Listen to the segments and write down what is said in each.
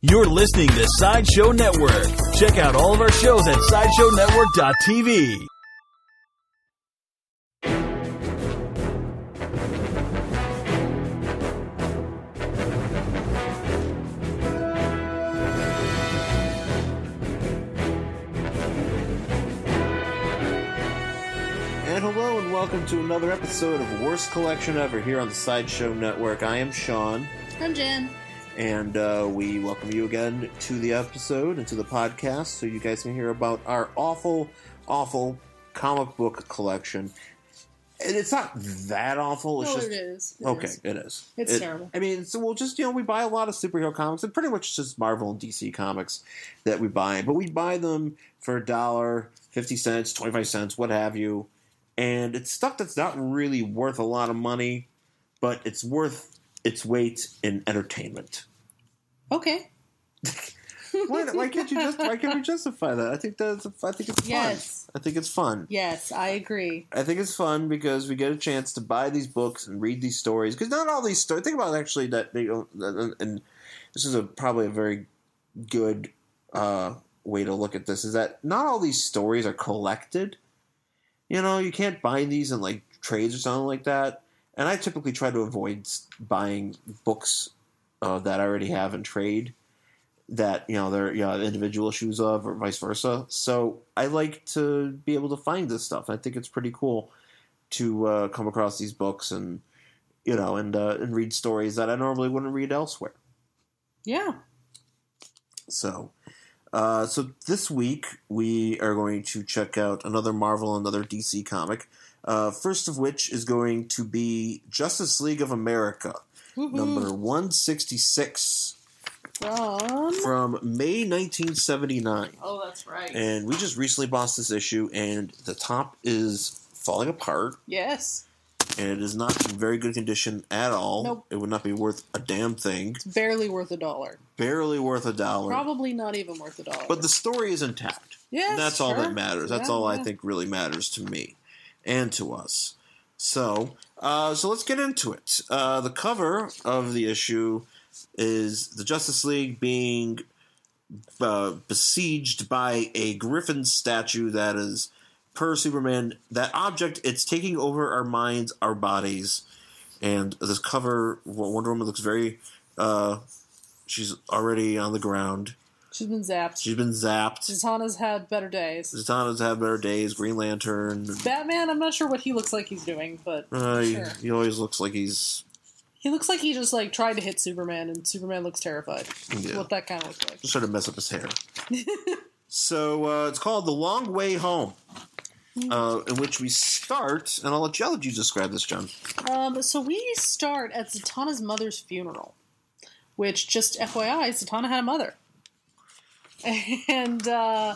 You're listening to Sideshow Network. Check out all of our shows at SideshowNetwork.tv. And hello and welcome to another episode of Worst Collection Ever here on the Sideshow Network. I am Sean, I'm Jen. and uh, we welcome you again to the episode and to the podcast so you guys can hear about our awful, awful comic book collection. And it's not that awful, it's Oh, just. it is. It Okay, is. it is. It's It- terrible. I mean, so we'll just you know we buy a lot of superhero comics and pretty much just Marvel and DC comics that we buy, but we buy them for a dollar, fifty cents, twenty five cents, what have you, and it's stuff that's not really worth a lot of money, but it's worth its weight in entertainment. Okay. Why, why can't you just? Why can't we justify that? I think that's. I think it's Yes. fun. I think it's fun. Yes, I agree. I think it's fun because we get a chance to buy these books and read these stories. Because not all these stories. Think about actually that they don't. And and this is a probably a very good uh, way to look at this is that not all these stories are collected. You know, you can't buy these in like trades or something like that. And I typically try to avoid s- buying books uh, that I already have in trade that you know they're you know individual issues of or vice versa. So I like to be able to find this stuff. I think it's pretty cool to uh, come across these books and you know and uh, and read stories that I normally wouldn't read elsewhere. Yeah. So. Uh, so this week we are going to check out another Marvel, another DC comic. Uh, first of which is going to be Justice League of America, Woohoo. number one sixty six, From. from May nineteen seventy nine. Oh, that's right. and we just recently bought this issue and the top is falling apart yes. and it is not in very good condition at all Nope. it would not be worth a damn thing It's barely worth a dollar. barely worth a dollar Probably not even worth a dollar. but the story is intact yes, that's all sure. that matters that's Yeah, all i yeah. think really matters to me and to us so uh, so let's get into it uh, the cover of the issue is the justice league being uh, besieged by a griffin statue that is per Superman, that object, it's taking over our minds, our bodies. And this cover, Wonder Woman looks very. Uh, she's already on the ground. She's been zapped. She's been zapped. Zatanna's had better days. Zatanna's had better days. Green Lantern. Batman, I'm not sure what he looks like he's doing, but Uh, he- Sure. he, always looks like he's. he looks like he just like tried to hit Superman, and Superman looks terrified. That's Yeah. What that kind of looks like. Just trying to mess up his hair. so uh, it's called The Long Way Home. Hmm. Uh, in which we start, and I'll let you, I'll let you describe this, John. Um, so we start at Zatanna's mother's funeral, which, just FYI, Zatanna had a mother. And uh,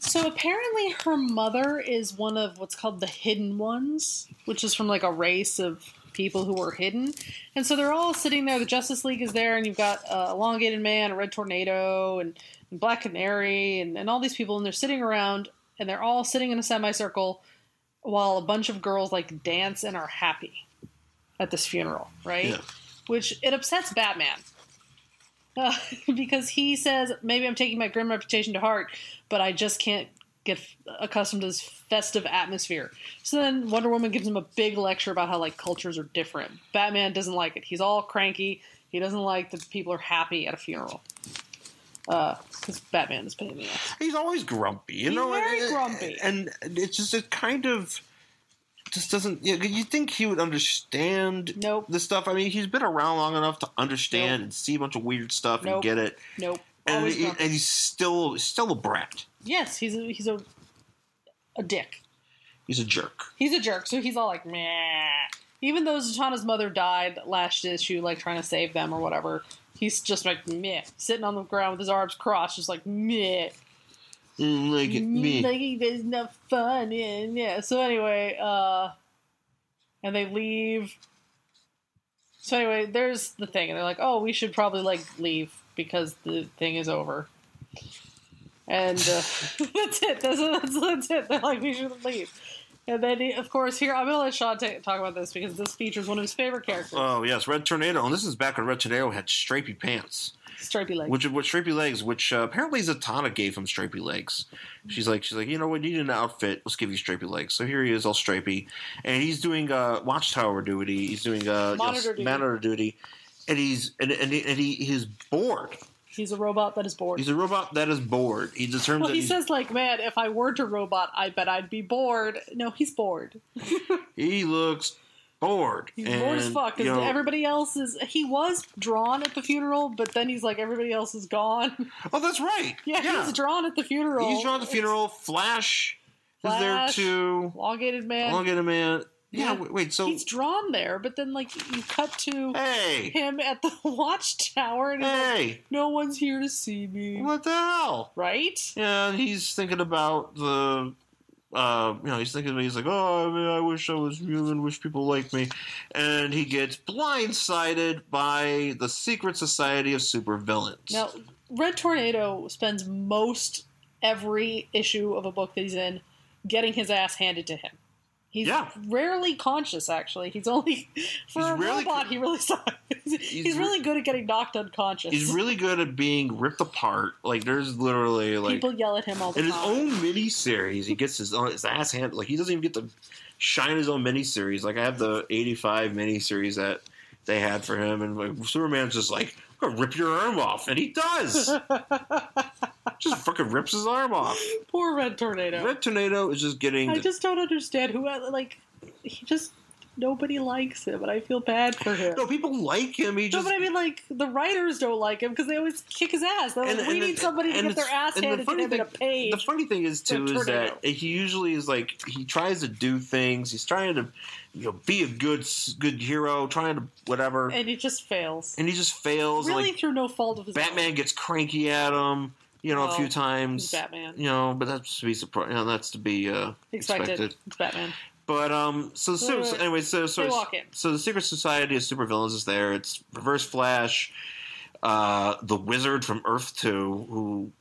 so apparently her mother is one of what's called the Hidden Ones, which is from like a race of people who were hidden. And so they're all sitting there. The Justice League is there, and you've got uh, Elongated Man, Red Tornado, and, and Black Canary, and, and all these people, and they're sitting around, and they're all sitting in a semicircle while a bunch of girls like dance and are happy at this funeral, right? Yeah. Which it upsets Batman. Uh, because he says, maybe I'm taking my grim reputation to heart, but I just can't get f- accustomed to this festive atmosphere. So then Wonder Woman gives him a big lecture about how like cultures are different. Batman doesn't like it. He's all cranky. He doesn't like that people are happy at a funeral. Because Batman is paying me off. he's always grumpy. You He's know, very and, grumpy. and it's just it kind of just doesn't. You know, you think he would understand Nope. the stuff? I mean, he's been around long enough to understand and see a bunch of weird stuff and Nope. get it. Nope. And, Always he- grumpy. and he's still still a brat. Yes, he's a, he's a a dick. He's a jerk. He's a jerk, so he's all like, meh. Even though Zatanna's mother died last issue, like trying to save them or whatever, he's just like, meh. Sitting on the ground with his arms crossed, just like, meh. Mm, Like it, me. Like, there's no fun in, yeah. So anyway, uh, and they leave. So anyway, there's the thing, and they're like, oh, we should probably, like, leave because the thing is over. And uh, that's it. That's, that's, that's it. They're like, we should leave. And then, he, of course, here, I'm going to let Sean ta talk about this Uh, because this features one of his favorite characters. Oh yes, Red Tornado, and this is back when Red Tornado had stripy pants. Stripey legs. which which stripy legs, which uh, apparently Zatanna gave him stripy legs. She's like, she's like, you know, we need an outfit. Let's give you stripy legs. So here he is, all stripy, and he's doing uh, watchtower duty. He's doing uh, you know, Monitor duty. monitor duty, and he's and and, he- and he he's bored. He's a robot that is bored. He's a robot that is bored. He determines well, that he he's, says like, man, if I weren't a robot, I bet I'd be bored. No, he's bored. he looks bored. He's bored as And, fuck you because know, everybody else is. He was drawn at the funeral, but then he's like, everybody else is gone. oh, that's right. yeah, he's drawn at the funeral. He's drawn at the funeral. Flash, is there Flash. too. Elongated man. Elongated man. Yeah. Yeah. wait, wait. So He's drawn there, but then like you cut to hey, him at the watchtower, and he's like, hey, no one's here to see me. what the hell? Right? And he's thinking about the. Uh, you know, he's thinking. He's like, "Oh, I, mean, I wish I was human. Wish people liked me." And he gets blindsided by the secret society of supervillains. Now, Red Tornado spends most every issue of a book that he's in getting his ass handed to him. He's Yeah. rarely conscious, actually. He's only for He's a really robot. he really sucks. He's, He's re- really good at getting knocked unconscious. He's really good at being ripped apart. Like, there's literally like People yell at him all the In his time. own miniseries, he gets his own his ass handed. Like he doesn't even get to shine his own miniseries. Like I have the '85 miniseries that they had for him, and like Superman's just like, "I'm gonna rip your arm off," and he does. just fucking rips his arm off. Poor Red Tornado. Red Tornado is just getting. I just don't understand who like he just nobody likes him, and I feel bad for him. no, people like him. He No, just. but I mean, like the writers don't like him because they always kick his ass. They're like, And- we and need the- somebody to and get their it's- ass and the handed to funny them in a thing- page. The funny thing is too They're is that tornado. he usually is like he tries to do things. He's trying to, you know, be a good s- good hero, trying to whatever, and, and he just fails. he just fails. really like, through no fault of his own. Batman gets cranky at him, you know, a Well, few He's times. Batman. You know, but that's to be surprised. You know, that's to be uh, Expected. expected. It's Batman. But um, so, so, Wait, wait. anyway, so so They walk in. so the secret society of supervillains is there. It's Reverse Flash, uh, the Wizard from Earth Two, who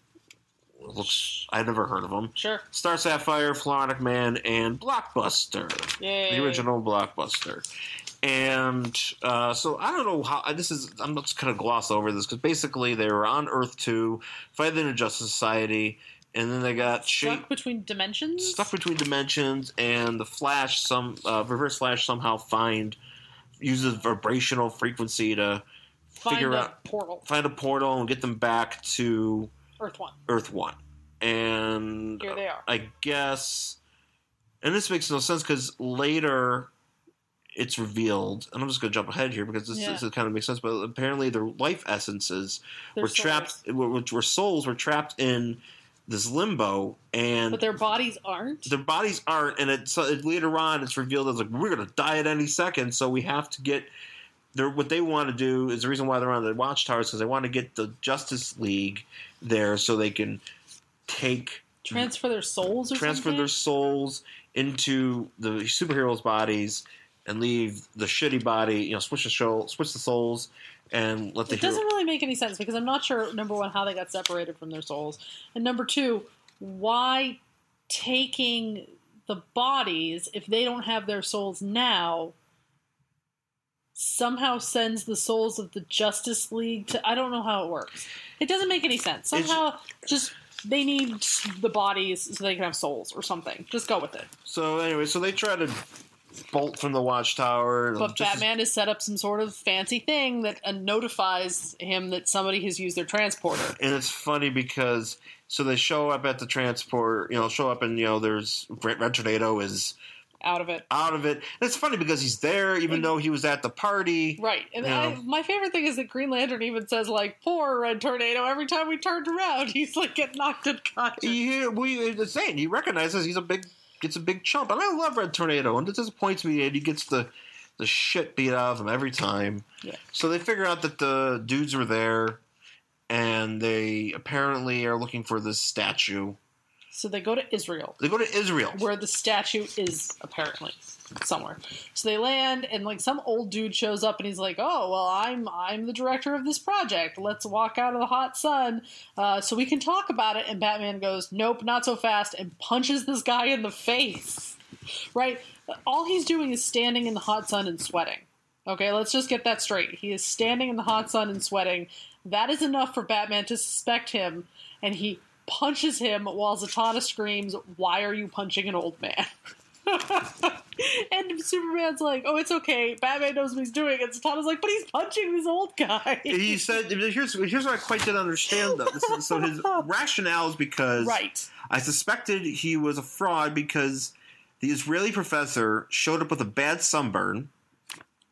looks I've never heard of him. Sure. Star Sapphire, Flonic Man, and Blockbuster Yeah. the original blockbuster. And uh, so I don't know how this is. I'm just kind of gloss over this because basically they were on Earth two, fighting the Justice Society, and then they got Stuck shaped. between dimensions. Stuck between dimensions, and the Flash, some uh, Reverse Flash, somehow find uses vibrational frequency to Find figure a out- portal. find a portal and get them back to Earth one. Earth One. And Here they are. I guess, and this makes no sense because later it's revealed, and I'm just going to jump ahead here because this, Yeah. this kind of makes sense. But apparently, their life essences They're were trapped, were, which were souls, were trapped in this limbo, and but their bodies aren't. their bodies aren't. And it's so it, later on, it's revealed as like we're going to die at any second, so we have to get. They're, what they want to do is the reason why they're on the watchtowers because they want to get the Justice League there so they can take transfer their souls or transfer something. their souls into the superheroes' bodies and leave the shitty body, you know, switch the soul, switch the souls, and let the It doesn't hero. really make any sense because I'm not sure number one how they got separated from their souls, and number two why taking the bodies if they don't have their souls now somehow sends the souls of the Justice League to I don't know how it works. It doesn't make any sense. It's- Somehow just they need the bodies so they can have souls or something. Just go with it. So anyway, so they try to bolt from the watchtower. and But Um, just- Batman has set up some sort of fancy thing that uh, notifies him that somebody has used their transporter. and it's funny because so they show up at the transport, you know, show up and you know, there's Red Red Tornado is Out of it. out of it. And it's funny because he's there, even though he was at the party. Right. And Yeah. I, my favorite thing is that Green Lantern even says, like, poor Red Tornado. Every time we turned around, he's like, get knocked unconscious. He, he- we, it's saying he recognizes he's a big, gets a big chump, and I love Red Tornado, and it disappoints me that he gets the, the shit beat out of him every time. Yeah. So they figure out that the dudes were there, and they apparently are looking for this statue. So they go to Israel, They go to Israel. where the statue is, apparently, somewhere. So they land, and, like, some old dude shows up, and he's like, oh, well, I'm, I'm the director of this project. Let's walk out of the hot sun uh, so we can talk about it. And Batman goes, nope, not so fast, and punches this guy in the face. Right? All he's doing is standing in the hot sun and sweating. Okay, let's just get that straight. He is standing in the hot sun and sweating, That is enough for Batman to suspect him, and he punches him while Zatanna screams, Why are you punching an old man? and Superman's like, Oh, it's okay. Batman knows what he's doing. And Zatanna's like, But he's punching this old guy. He said, "Here's here's what I quite didn't understand though. This is, so his rationale is because right. I suspected he was a fraud because the Israeli professor showed up with a bad sunburn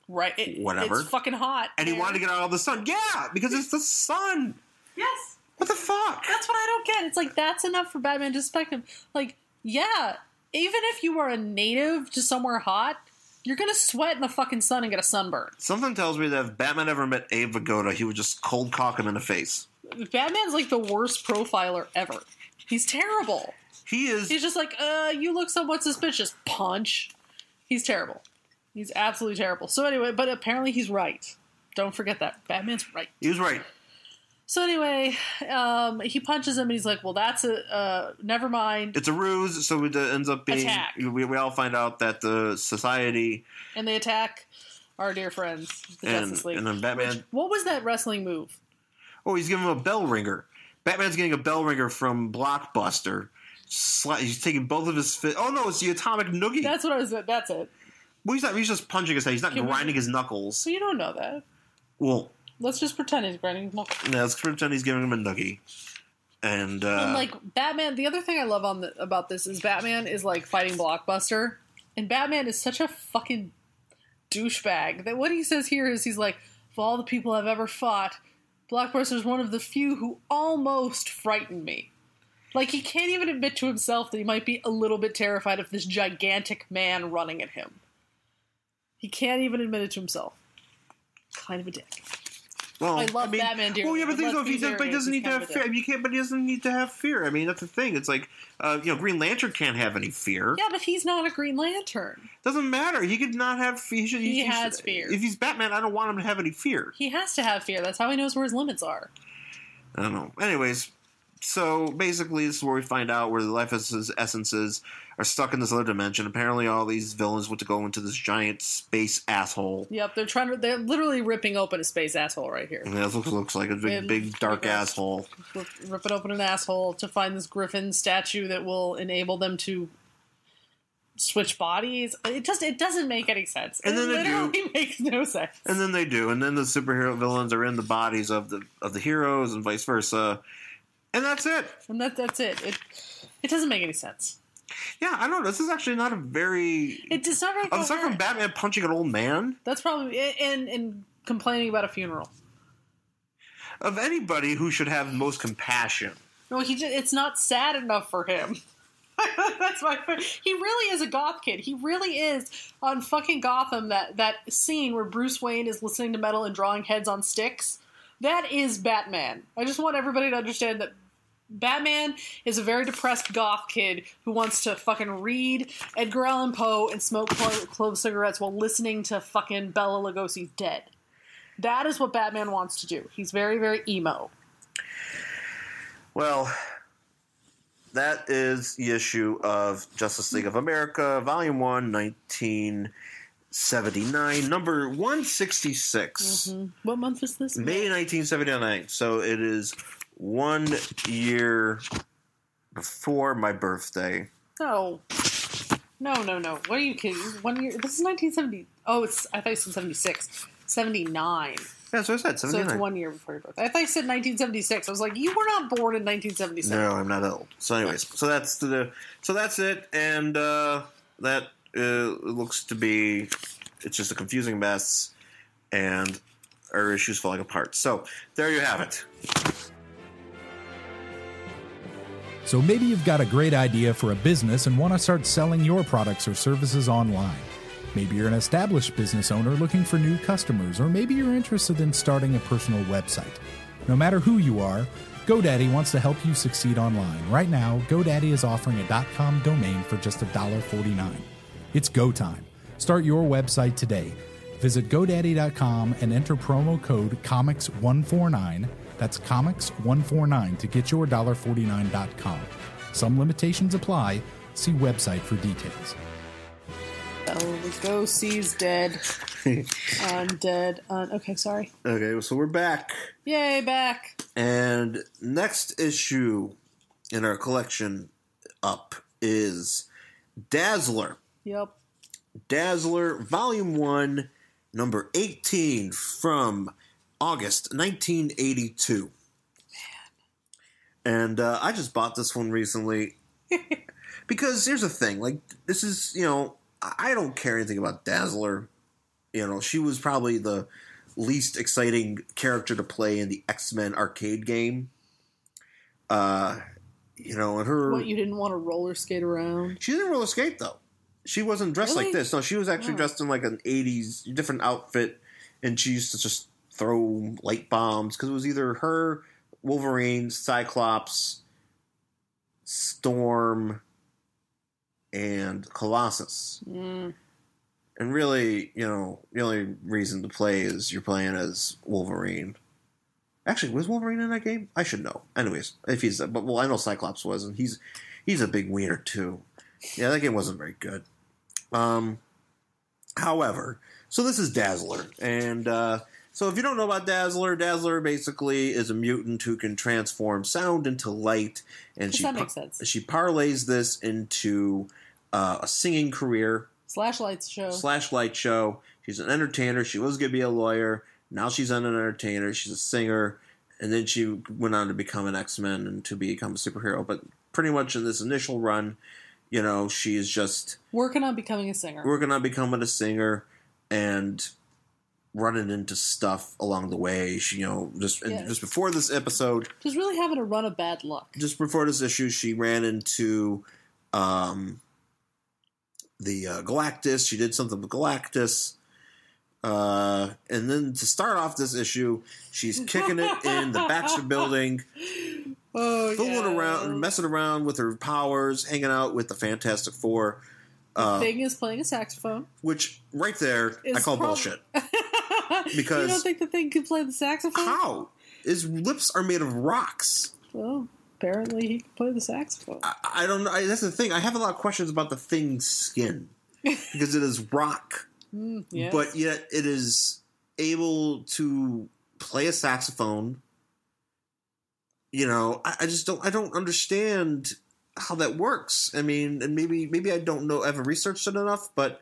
Right. It- Whatever. It's fucking hot. and he man. wanted to get out of the sun. Yeah, because it's the sun. Yes. What the fuck? That's what I don't get. It's like that's enough for Batman to suspect him. Like, yeah, even if you are a native to somewhere hot, you're gonna sweat in the fucking sun and get a sunburn. Something tells me that if Batman ever met Abe Vigoda, he would just cold cock him in the face. Batman's like the worst profiler ever. He's terrible. He is. He's just like, uh, you look somewhat suspicious. Punch. He's terrible. He's absolutely terrible. So anyway, but apparently he's right. Don't forget that. Batman's right. He was right. So anyway, um, he punches him and he's like, well, that's a, uh, never mind. It's a ruse, so it ends up being. Attack. We, we all find out that the society and they attack our dear friends, the and, Justice League. and then Batman. what was that wrestling move? Oh, he's giving him a bell ringer. Batman's getting a bell ringer from Blockbuster. Sli- he's taking both of his fi- Oh no, it's the atomic noogie. That's what I was. That's it. well, he's not. He's just punching his head. He's not Can we- grinding his knuckles. So you don't know that. Well, Let's just pretend he's grinding. Well, no, it's pretend he's giving him a noogie. And, uh, and like Batman, the other thing I love on the, about this is Batman is like fighting Blockbuster, and Batman is such a fucking douchebag that what he says here is he's like, of all the people I've ever fought, Blockbuster is one of the few who almost frightened me. Like he can't even admit to himself that he might be a little bit terrified of this gigantic man running at him. He can't even admit it to himself. Kind of a dick. well, I love Batman dearly. Well, yeah, I but things love though, if he these does, but he areas, doesn't he's need to kind have of a fear. I dick. mean, he can't. But he doesn't need to have fear. I mean, that's the thing. It's like, uh, you know, Green Lantern can't have any fear. Yeah, but he's not a Green Lantern. Doesn't matter. He could not have. He, should, He should- has fear. If he's Batman, I don't want him to have any fear. He has to have fear. That's how he knows where his limits are. I don't know. Anyways, so basically, this is where we find out where the life essence- essences are stuck in this other dimension. Apparently, all these villains went to go into this giant space asshole. Yep, they're trying to. They're literally ripping open a space asshole right here. And that looks, looks like a big, It big looks dark like a- asshole. Rip, ripping open an asshole to find this griffin statue that will enable them to switch bodies. It just it doesn't make any sense. And then it they do- literally makes no sense. And then they do, and then the superhero villains are in the bodies of the of the heroes, and vice versa. And that's it. And that that's it. It it doesn't make any sense. Yeah, I don't know. This is actually not a very. It does not. Really Aside from coherent. Batman punching an old man, That's probably and and complaining about a funeral. of anybody who should have most compassion. No, he just, it's not sad enough for him. That's my favorite. He really is a goth kid. He really is on fucking Gotham that that scene where Bruce Wayne is listening to metal and drawing heads on sticks. That is Batman. I just want everybody to understand that Batman is a very depressed goth kid who wants to fucking read Edgar Allan Poe and smoke clo- clove cigarettes while listening to fucking Bella Lugosi's Dead. That is what Batman wants to do. He's very very emo. Well, that is the issue of Justice League of America, Volume 1, 1979, number 166, What month is this? May 1979. So it is one year before my birthday. No. No, no, no. What are you kidding? One year. This is 1970. Oh, it's. I thought you said 76. 79. Yeah, so I said, 79. So it's one year before your birthday. I thought you said 1976. I was like, you were not born in 1976. No, I'm not old. So, anyways, so that's the so that's it, and uh, that uh, looks to be it's just a confusing mess, and our issues falling apart. So there you have it. So maybe you've got a great idea for a business and want to start selling your products or services online. Maybe you're an established business owner looking for new customers, or maybe you're interested in starting a personal website. No matter who you are, GoDaddy wants to help you succeed online. Right now, GoDaddy is offering a .com domain for just $1.49. It's go time. Start your website today. Visit GoDaddy.com and enter promo code COMICS149. That's COMICS149 to get your $1.49.com. Some limitations apply. See website for details. Holy Ghost, he's dead. I'm dead. Un- okay, sorry. Okay, so we're back. Yay, back. And next issue in our collection up is Dazzler. Yep. Dazzler, Volume 1, number 18 from August 1982. And uh, I just bought this one recently because here's the thing like, this is, you know, I I don't care anything about Dazzler. You know, she was probably the least exciting character to play in the X Men arcade game. Uh, you know, and her. What, you didn't want to roller skate around? She didn't roller skate though. She wasn't dressed Really? like this. No, she was actually Oh. dressed in like an '80s different outfit, and she used to just throw light bombs because it was either her, Wolverine, Cyclops, Storm, and Colossus. Mm. And really, you know, the only reason to play is you're playing as Wolverine. Actually, was Wolverine in that game? I should know. Anyways, if he's but well, I know Cyclops was, and he's he's a big wiener too. Yeah, that game wasn't very good. Um, however, so this is Dazzler, and uh, so if you don't know about Dazzler, Dazzler basically is a mutant who can transform sound into light, and Does she that par- make sense? she parlays this into uh, a singing career Slash lights show. slash light show. She's an entertainer. She was going to be a lawyer. Now she's an entertainer. She's a singer. And then she went on to become an X Men and to become a superhero. But pretty much in this initial run, you know, she is just Working on becoming a singer. working on becoming a singer and running into stuff along the way. She, you know, just and Yes. just before this episode, Just really having a run of bad luck. just before this issue, she ran into um, the uh, Galactus. She did something with Galactus. Uh, and then to start off this issue, she's kicking it in the Baxter building, Oh, fooling yeah. around, messing around with her powers, hanging out with the Fantastic Four, uh, Thing is playing a saxophone. which right there, I It's call prob- bullshit. you Because- don't think the thing can play the saxophone? How? His lips are made of rocks. Well, apparently he can play the saxophone. I, I don't know. I- That's the thing. I have a lot of questions about the thing's skin because it is rock. Mm, yeah. but yet it is able to play a saxophone. You know, I, I just don't. I don't understand how that works. I mean, and maybe maybe I don't know. I haven't researched it enough, but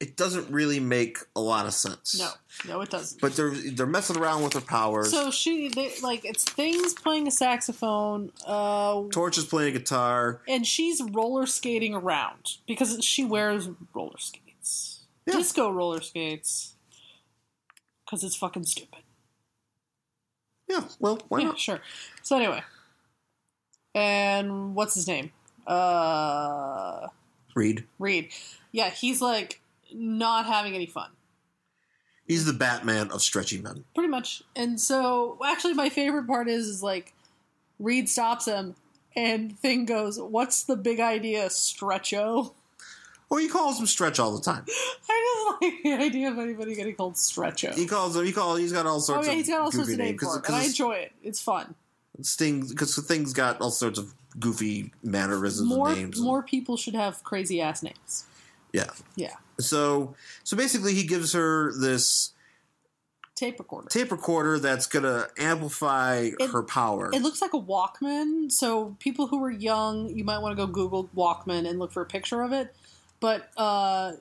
it doesn't really make a lot of sense. no, no, it doesn't. But they're they're messing around with her powers. So she, they, like, it's things playing a saxophone, uh, Torch is playing guitar. and she's roller skating around because she wears roller skates, Yeah. disco roller skates, because it's fucking stupid. Yeah, well, why yeah, not? sure. So anyway, and what's his name? Uh, Reed. Reed. Yeah, he's like not having any fun. He's the Batman of stretchy men. pretty much and so actually my favorite part is is like reed stops him and thing goes what's the big idea stretcho Or he calls him Stretch all the time. i just like the idea of anybody getting called He stretcho calls him. He calls. He's got all oh sorts. yeah of he's got all sorts goofy of names for it and i it's- enjoy it it's fun Sting because the thing's got all sorts of goofy mannerisms more and names. and- more people should have crazy ass names yeah. yeah So so basically, he gives her this tape recorder tape recorder that's gonna amplify It- her power. it looks like a Walkman, so people who are young, you might want to go Google Walkman and look for a picture of it. But uh,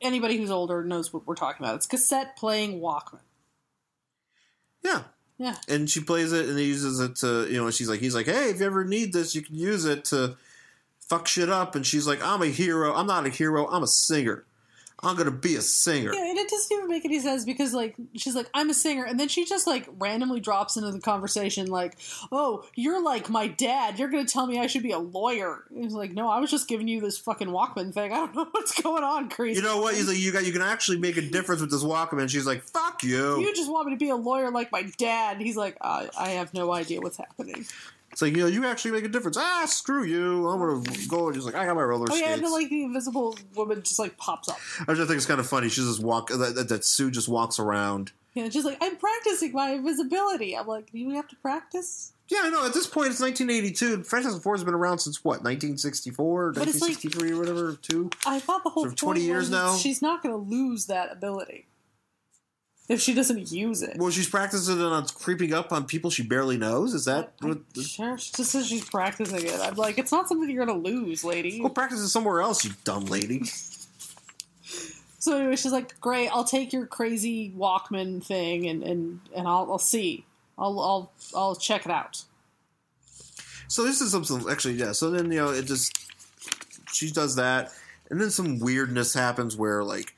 anybody who's older knows what we're talking about. It's cassette playing Walkman. yeah. Yeah. And she plays it and he uses it to you know. She's like, he's like, hey, if you ever need this, you can use it to fuck shit up. And she's like, I'm a hero. I'm not a hero. I'm a singer. I'm gonna be a singer. Yeah, and it doesn't even make any sense because like she's like, I'm a singer, and then she just like randomly drops into the conversation like, Oh, you're like my dad, you're gonna tell me I should be a lawyer. And he's like, No, I was just giving you this fucking Walkman thing. I don't know what's going on, crazy. You know what? He's like, you got. You can actually make a difference with this Walkman. And she's like, fuck you. you just want me to be a lawyer like my dad. He's like, I, I have no idea what's happening. It's like, you know, you actually make a difference. Ah, screw you. I'm going to go. And she's like, I got my roller Oh skates. yeah, and then like the invisible woman just like pops up. I just think it's kind of funny. She just walk that, that, that Sue just walks around. And she's like, I'm practicing my invisibility. I'm like, Do you have to practice? Yeah, I know. At this point, it's 1982. Fantastic Four has been around since what, 1964, But it's like- 1963, or whatever, two. I thought the whole So point 20 years was now? she's not going to lose that ability if she doesn't use it. Well, she's practicing it on creeping up on people she barely knows. Is that what? Sure, she just says she's practicing it. I'm like, it's not something you're going to lose, lady. Go practice it somewhere else, you dumb lady. So anyway, she's like, "Great, I'll take your crazy Walkman thing, and and and I'll I'll see, I'll I'll I'll check it out." So this is something actually, yeah. So then you know it just she does that, and then some weirdness happens where like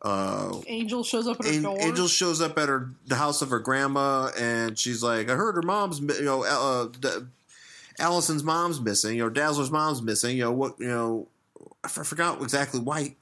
uh Angel shows up at her An- door. Angel shows up at her the house of her grandma, and she's like, "I heard her mom's, mi- you know, uh, uh, D- Allison's mom's missing, or Dazzler's mom's missing. You know what? You know, I f- forgot exactly why.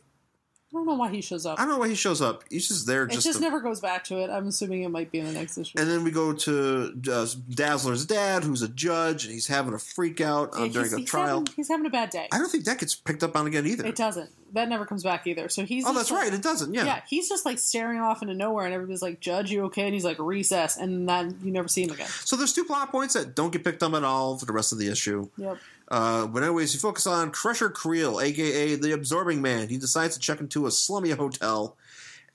I don't know why he shows up. I don't know why he shows up. He's just there, it just. just to- never goes back to it. I'm assuming it might be in the next issue. and then we go to uh, Dazzler's dad, who's a judge, and he's having a freak out Yeah, um, during he's, a he's trial. having, he's having a bad day. I don't think that gets picked up on again either. It doesn't. That never comes back either. So he's Oh, just that's like- right. It doesn't. Yeah. Yeah. he's just like staring off into nowhere, and everybody's like, "Judge, you okay?" And he's like, "Recess," and then you never see him again. So there's two plot points that don't get picked up at all for the rest of the issue. Yep. Uh, but anyways, you focus on Crusher Creel, aka the Absorbing Man. He decides to check into a slummy hotel,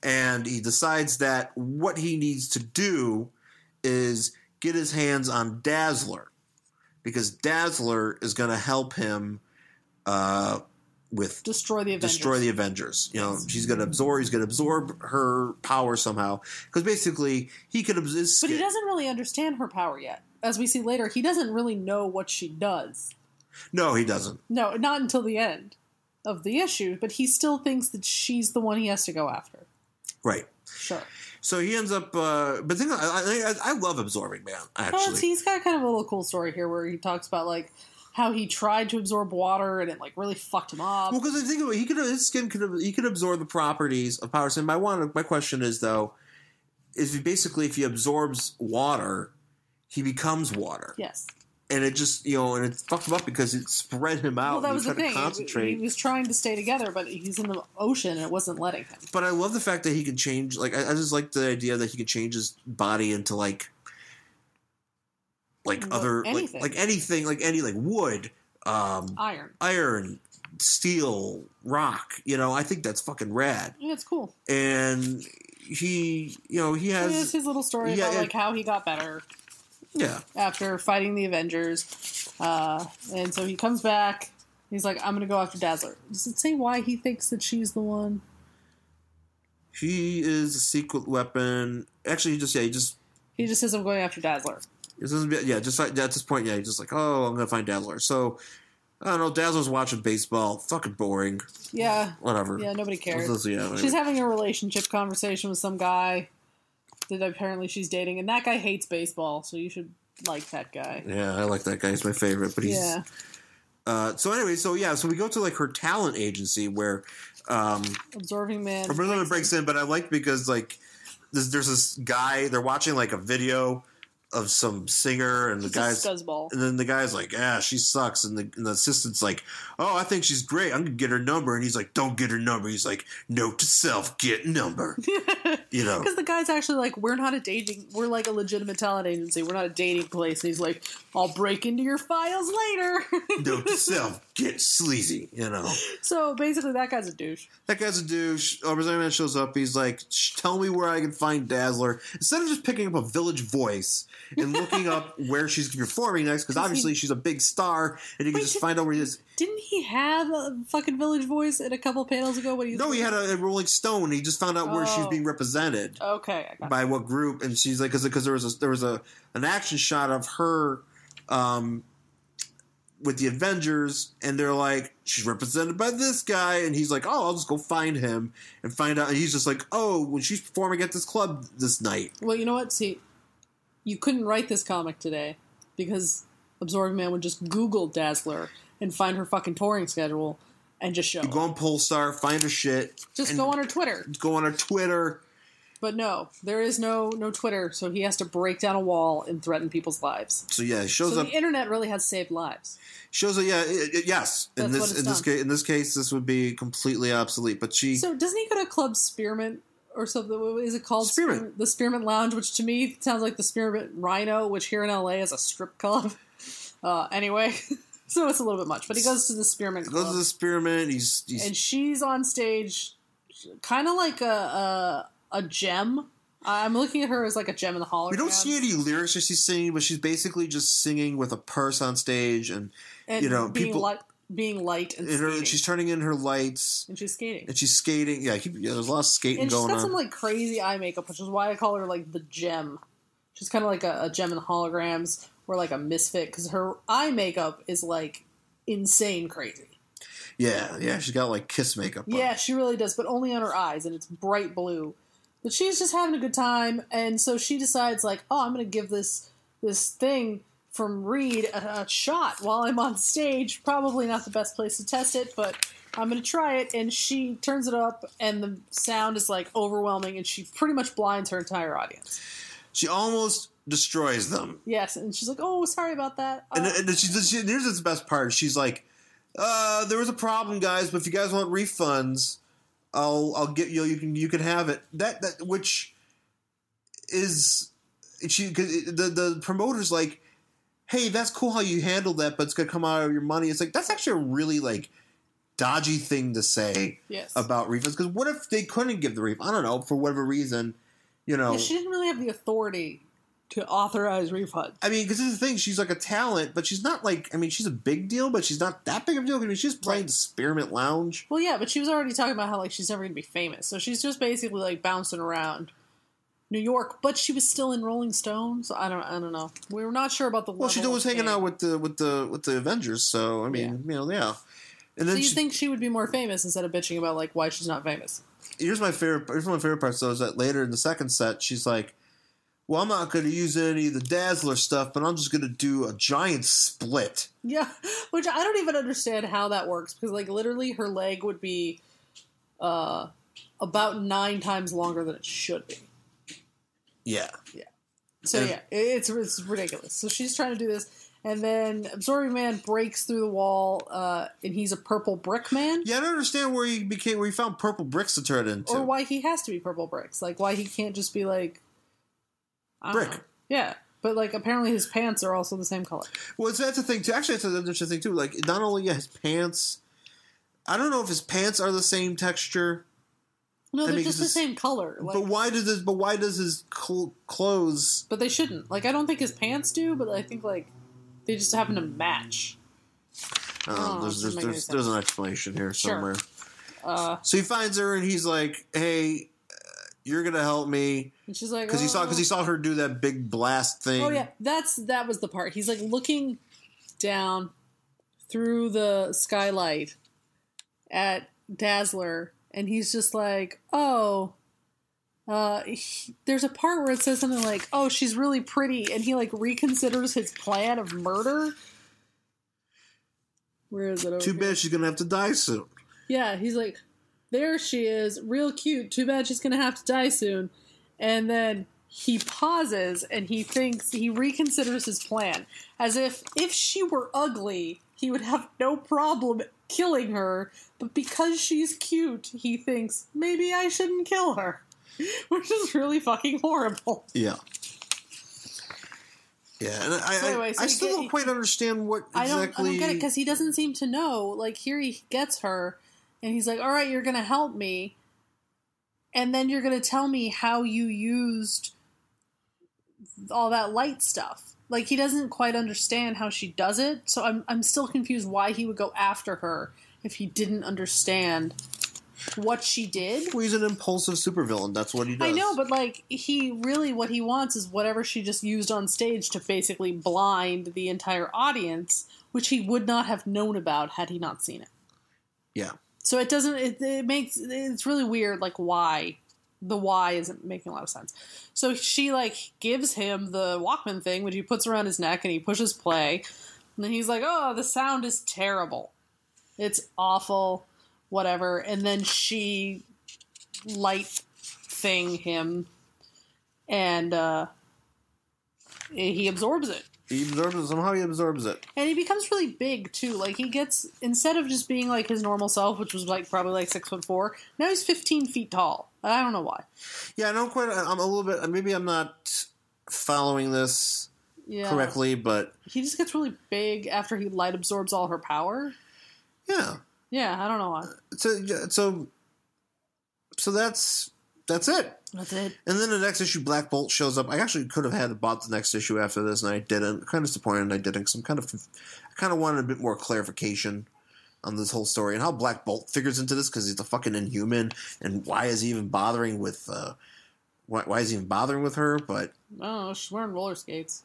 and he decides that what he needs to do is get his hands on Dazzler, because Dazzler is going to help him uh, with Destroy the Avengers. destroy the Avengers. You know, she's going to absorb. He's going to absorb her power somehow, because basically he could absorb. But he doesn't really understand her power yet. As we see later, he doesn't really know what she does. No, he doesn't. No, not until the end of the issue, but he still thinks that she's the one he has to go after. Right. Sure. So he ends up, uh, but think, I, I, I love absorbing man. Well, it's- Actually, he's got kind of a little cool story here where he talks about like how he tried to absorb water and it like really fucked him up. well, because I think he could his skin could he could absorb the properties of power. So my one my question is though, is he basically if he absorbs water, he becomes water, yes. and it just you know and it fucked him up because it spread him out. Well, that and was he the tried thing. to concentrate. He was trying to stay together, but he's in the ocean and it wasn't letting him. but I love the fact that he can change. Like I, I just like the idea that he could change his body into like, like Well, other anything. like like anything like any like wood. Um, Iron. iron, steel, rock. You know, I think that's fucking rad. Yeah, it's cool. And he, you know, he Yeah, it's has, his little story Yeah, about it- like how he got better. yeah, after fighting the Avengers. Uh, and so he comes back. He's like, I'm going to go after Dazzler. Does it say why he thinks that she's the one? he is a secret weapon. Actually, he just yeah, he just He just says, I'm going after Dazzler. this is yeah, just like at this point, yeah, he's just like, oh, I'm gonna find Dazzler. So I don't know, Dazzler's watching baseball. Fucking boring. Yeah. Whatever. Yeah, nobody cares. This is- yeah, whatever. She's having a relationship conversation with some guy that apparently she's dating. And that guy hates baseball, so you should like that guy. yeah, I like that guy. He's my favorite, but he's Yeah. uh, so anyway. So yeah, so we go to like her talent agency where um, Absorbing Man. Her brother breaks in, but I like because like there's, there's this guy they're watching like a video of some singer, and the It's guy's a scuzzball. and then the guy's like, "Yeah, she sucks," and the, and the assistant's like, "Oh, I think she's great. I'm gonna get her number," and he's like, "Don't get her number." He's like, "Note to self, get number." you know, Because the guy's actually like, we're not a dating, we're like a legitimate talent agency. We're not a dating place. And he's like, I'll break into your files later. note to self, get sleazy. You know. So basically, that guy's a douche. That guy's a douche. Oh, Brazilian man shows up. He's like, "Shh, "Tell me where I can find Dazzler." Instead of just picking up a Village Voice and looking up where she's performing next, because obviously she's a big star, and you can But just you- find out where he is. Didn't he have a fucking Village Voice in a couple panels ago when he was No, he had a, a Rolling Stone. and He just found out where she's Oh. being represented Okay, I got it. by what group, and she's like, because there was a, there was a an action shot of her. Um, with the Avengers, and they're like, she's represented by this guy, and he's like, oh, I'll just go find him and find out. And he's just like, oh, when she's performing at this club this night, Well, you know what? See, you couldn't write this comic today because Absorbing Man would just Google Dazzler and find her fucking touring schedule and just show. it. go on Polestar, find her shit, just and go on her Twitter. go on her Twitter. But no, there is no no Twitter, so he has to break down a wall and threaten people's lives. So yeah, it shows So up. the internet really has saved lives. shows up. Yeah, it, it- yes. In That's what this it's in this done. case, in this case, this would be completely obsolete. But she So doesn't he go to Club Spearmint or something. What is it called? Spearmint. Spear- The Spearmint Lounge, which to me sounds like the Spearmint Rhino, which here in LA is a strip club. Uh, anyway, so it's a little bit much. But he goes to the Spearmint He goes Club, to the spearmint. He's, he's and she's on stage, kind of like a, a a gem. I'm looking at her as like a gem in the hologram. we don't see any lyrics that she's singing, but she's basically just singing with a purse on stage, and and you know, being people- light, being light and, and her, skating. she's turning in her lights, and she's skating. and she's skating. Yeah, I keep, yeah there's a lot of skating And she's going got on. some like crazy eye makeup, which is why I call her like the gem. She's kind of like a, a gem in holograms, or like a misfit, because her eye makeup is like insane crazy. yeah, yeah, she's got like kiss makeup. on. Yeah, she really does, but only on her eyes, and it's bright blue. But she's just having a good time, and so she decides like, oh, I'm gonna give this this thing from Reed a, a shot while I'm on stage. Probably not the best place to test it, but I'm gonna try it. And she turns it up, and the sound is like overwhelming, and she pretty much blinds her entire audience. She almost destroys them. Yes, and she's like, oh, sorry about that. And, Uh, and then she, she, here's the best part. She's like, uh, "There was a problem, guys, but if you guys want refunds, I'll I'll get you. You can you can have it." That that which is she cause it- the the promoter's like, "Hey, that's cool how you handled that, but it's gonna come out of your money." It's like that's actually a really like dodgy thing to say yes. about refunds because what if they couldn't give the refund? I don't know for whatever reason, you know. Yeah, she didn't really have the authority to authorize refunds. I mean, because this is the thing. She's like a talent, but she's not like. I mean, she's a big deal, but she's not that big of a deal. I mean, she's playing Spearmint Lounge. Well, yeah, but she was already talking about how like she's never going to be famous, so she's just basically like bouncing around New York. But she was still in Rolling Stone, so I don't, I don't know. We were not sure about the. Well, she's level always of hanging out fame. with the with the with the Avengers. So I mean, you know, yeah. And So then you she- think she would be more famous instead of bitching about like why she's not famous? here's my favorite. Here's one of my favorite parts though is that later in the second set, she's like, "Well, I'm not going to use any of the Dazzler stuff, but I'm just going to do a giant split." Yeah, which I don't even understand how that works because like literally her leg would be, uh, about nine times longer than it should be. Yeah, So And- yeah, it- it's it's ridiculous. So she's trying to do this, and then Absorbing Man breaks through the wall, uh, and he's a purple brick man, yeah. I don't understand where he became where he found purple bricks to turn into. or why he has to be purple bricks. Like why he can't just be like I don't Brick. know. Yeah, but like apparently his pants are also the same color. Well, so that's the thing too. Actually, that's another interesting thing too. Like, not only yeah, his pants. I don't know if his pants are the same texture, No, I they're mean, just the 'cause it's- same color. Like, but but, why does his but why does his cl- clothes? they shouldn't. Like I don't think his pants do, but I think like they just happen to match. Uh, Oh, there's doesn't there's, make any there's, there's an explanation here Sure. somewhere. Uh, So he finds her and he's like, "Hey, uh, you're gonna help me and she's like, because he saw because he "Oh." saw her do that big blast thing." Oh yeah, that's that was the part. He's like looking down through the skylight at Dazzler, and he's just like, "Oh." Uh, he- there's a part where it says something like, "Oh, she's really pretty," and he like reconsiders his plan of murder. Where is it? Over Too here? bad she's gonna have to die soon. Yeah, he's like, there she is, real cute. Too bad she's gonna have to die soon. And then he pauses and he thinks he reconsiders his plan, as if if she were ugly, he would have no problem killing her. But because she's cute, he thinks maybe I shouldn't kill her, which is really fucking horrible. Yeah. Yeah, and I, So anyway, I, so I you still get- don't quite understand what I don't, exactly. I don't get it because he doesn't seem to know. Like here, he gets her, and he's like, "All right, you're gonna help me, and then you're gonna tell me how you used all that light stuff." Like he doesn't quite understand how she does it, so I'm I'm still confused why he would go after her if he didn't understand what she did. Well, he's an impulsive supervillain. That's what he does. I know, but like he really what he wants is whatever she just used on stage to basically blind the entire audience, which he would not have known about had he not seen it. Yeah. So it doesn't it, it makes it's really weird like why the why isn't making a lot of sense. So she like gives him the Walkman thing which he puts around his neck and he pushes play and then he's like, "Oh, the sound is terrible. It's awful." Whatever, and then she light thing him and uh, he absorbs it He absorbs it somehow. He absorbs it. And he becomes really big too. Like he gets instead of just being like his normal self, which was like probably like six foot four, now he's fifteen feet tall. I don't know why. Yeah, I don't quite. I'm a little bit. Maybe I'm not following this Yeah. correctly, but He just gets really big after he light absorbs all her power. yeah. Yeah, I don't know why. So yeah, so so that's that's it. That's it. And then the next issue, Black Bolt shows up. I actually could have had bought the next issue after this, and I didn't. Kind of disappointed I didn't. Cause I'm kind of, I kind of wanted a bit more clarification on this whole story and how Black Bolt figures into this because he's a fucking inhuman, and why is he even bothering with, uh, why, why is he even bothering with her? But Oh, she's wearing roller skates.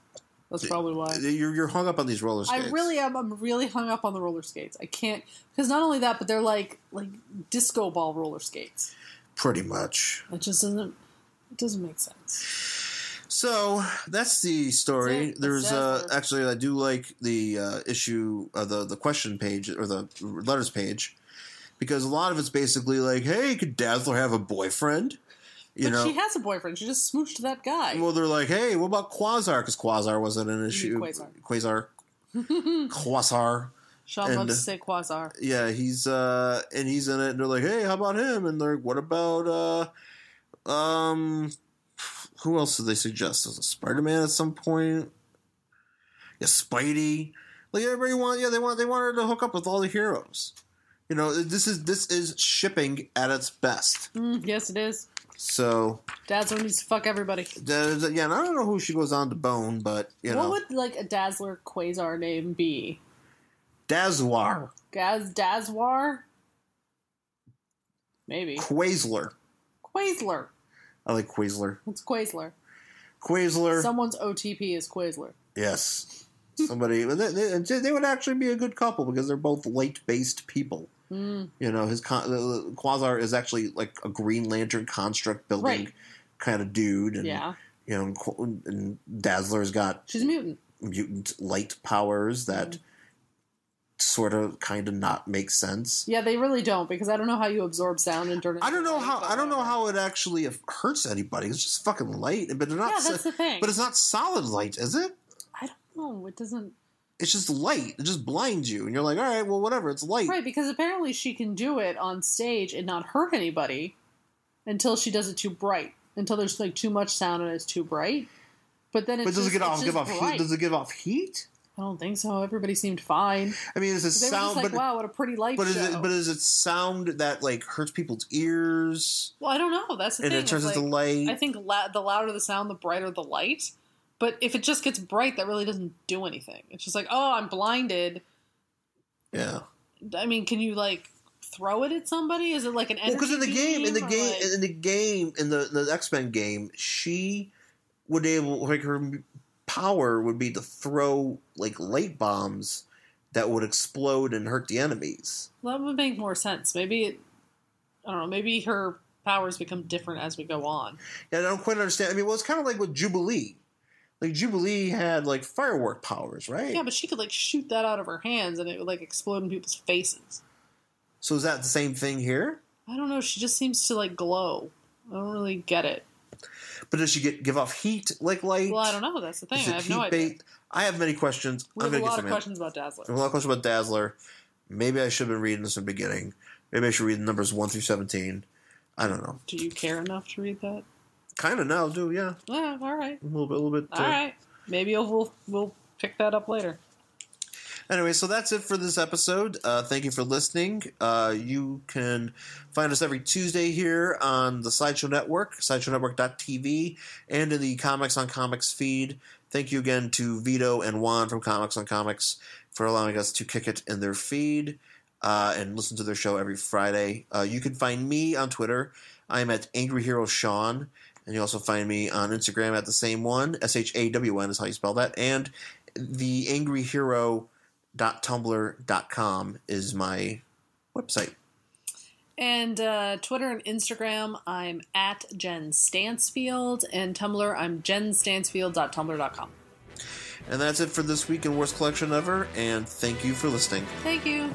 That's probably why. you're you're hung up on these roller skates. I really am. I'm really hung up on the roller skates. I can't because not only that, but they're like like disco ball roller skates. pretty much. It just doesn't. It doesn't make sense. So that's the That's story. it. That's There's uh, it. actually I do like the uh, issue uh, the the question page or the letters page because a lot of it's basically like, hey, could Dazzler have a boyfriend? You but know. she has a boyfriend. She just smooshed that guy. well, they're like, hey, what about Quasar? Because Quasar wasn't an issue. Quasar. Quasar. Quasar. Sean and- loves to say quasar. Yeah, he's uh, and he's in it. And they're like, hey, how about him? And they're like, what about uh, um, who else did they suggest? Was it Spider Man at some point? Yeah, Spidey. Like everybody want, yeah, they want, they wanted to hook up with all the heroes. You know, this is this is shipping at its best. Mm, yes, it is. So Dazzler needs to fuck everybody. that is- yeah, and I don't know who she goes on to bone, but you what know, would like a Dazzler Quasar name be? Dazwar, Gaz Dazwar? Maybe. Quasler. Quasler. I like Quasler. It's Quasler. Quasler. Someone's OTP is Quasler. Yes. Somebody, they, they, they would actually be a good couple because they're both light-based people. Mm. You know, his con- the- the Quasar is actually like a Green Lantern construct building Right. kind of dude, and Yeah. you know, and Qu- and Dazzler's got She's a mutant. mutant light powers that Mm. sort of kind of not make sense. Yeah, they really don't because I don't know how you absorb sound and turn it. I don't know into how light, I don't know but- how it actually hurts anybody. It's just fucking light, but they're not. Yeah, so- that's the thing. But it's not solid light, is it? I don't know. It doesn't. it's just light. It just blinds you, and you're like, all right, well, whatever. It's light. Right, because apparently she can do it on stage and not hurt anybody until she does it too bright. Until there's like too much sound and it's too bright. But then it's But does just, it get it's off? Give just off bright. heat? Does it give off heat? I don't think so. Everybody seemed fine. I mean, is it They were just sound? like, but "Wow, what a pretty light but is show." it but is it sound that like hurts people's ears well, I don't know. That's the and thing. it turns It's into like, light? I think la- the louder the sound, the brighter the light. But if it just gets bright, that really doesn't do anything. It's just like, oh, I'm blinded. yeah. I mean, can you like throw it at somebody? Is it like an Well, energy? because in the game, in the beam or, game, like- in the game, in the the X Men game, she would able like her power would be to throw like light bombs that would explode and hurt the enemies. That would make more sense. Maybe it, I don't know. Maybe her powers become different as we go on. Yeah, I don't quite understand. I mean, well, it's kind of like with Jubilee. Like Jubilee had like firework powers, right? Yeah, but she could like shoot that out of her hands, and it would like explode in people's faces. so is that the same thing here? I don't know. She just seems to like glow. I don't really get it. But does she get give off heat like light? Well, I don't know. That's the thing. Is I it have no heat idea. bait? I have many questions. We I'm have a gonna lot get of some answers. questions about I Dazzler. have a lot of questions about Dazzler. Maybe I should have been reading this in the beginning. Maybe I should read the numbers one through seventeen. I don't know. Do you care enough to read that? Kind of now, do yeah, Yeah, all right, a little bit, a little bit. all uh, right. Maybe we'll- we'll we'll pick that up later. Anyway, so that's it for this episode. Uh, thank you for listening. Uh, you can find us every Tuesday here on the Sideshow Network, sideshownetwork.tv, and in the Comics on Comics feed. Thank you again to Vito and Juan from Comics on Comics for allowing us to kick it in their feed uh, and listen to their show every Friday. Uh, you can find me on Twitter. I am at Angry Hero Sean. And you also find me on Instagram at the same one. S H A W N is how you spell that. And the Angry Hero www.tumblr.com is my website. And uh, Twitter and Instagram, I'm at Jen Stansfield. And Tumblr, I'm jenstansfield.tumblr.com. And that's it for this week in Worst Collection Ever, and thank you for listening. Thank you.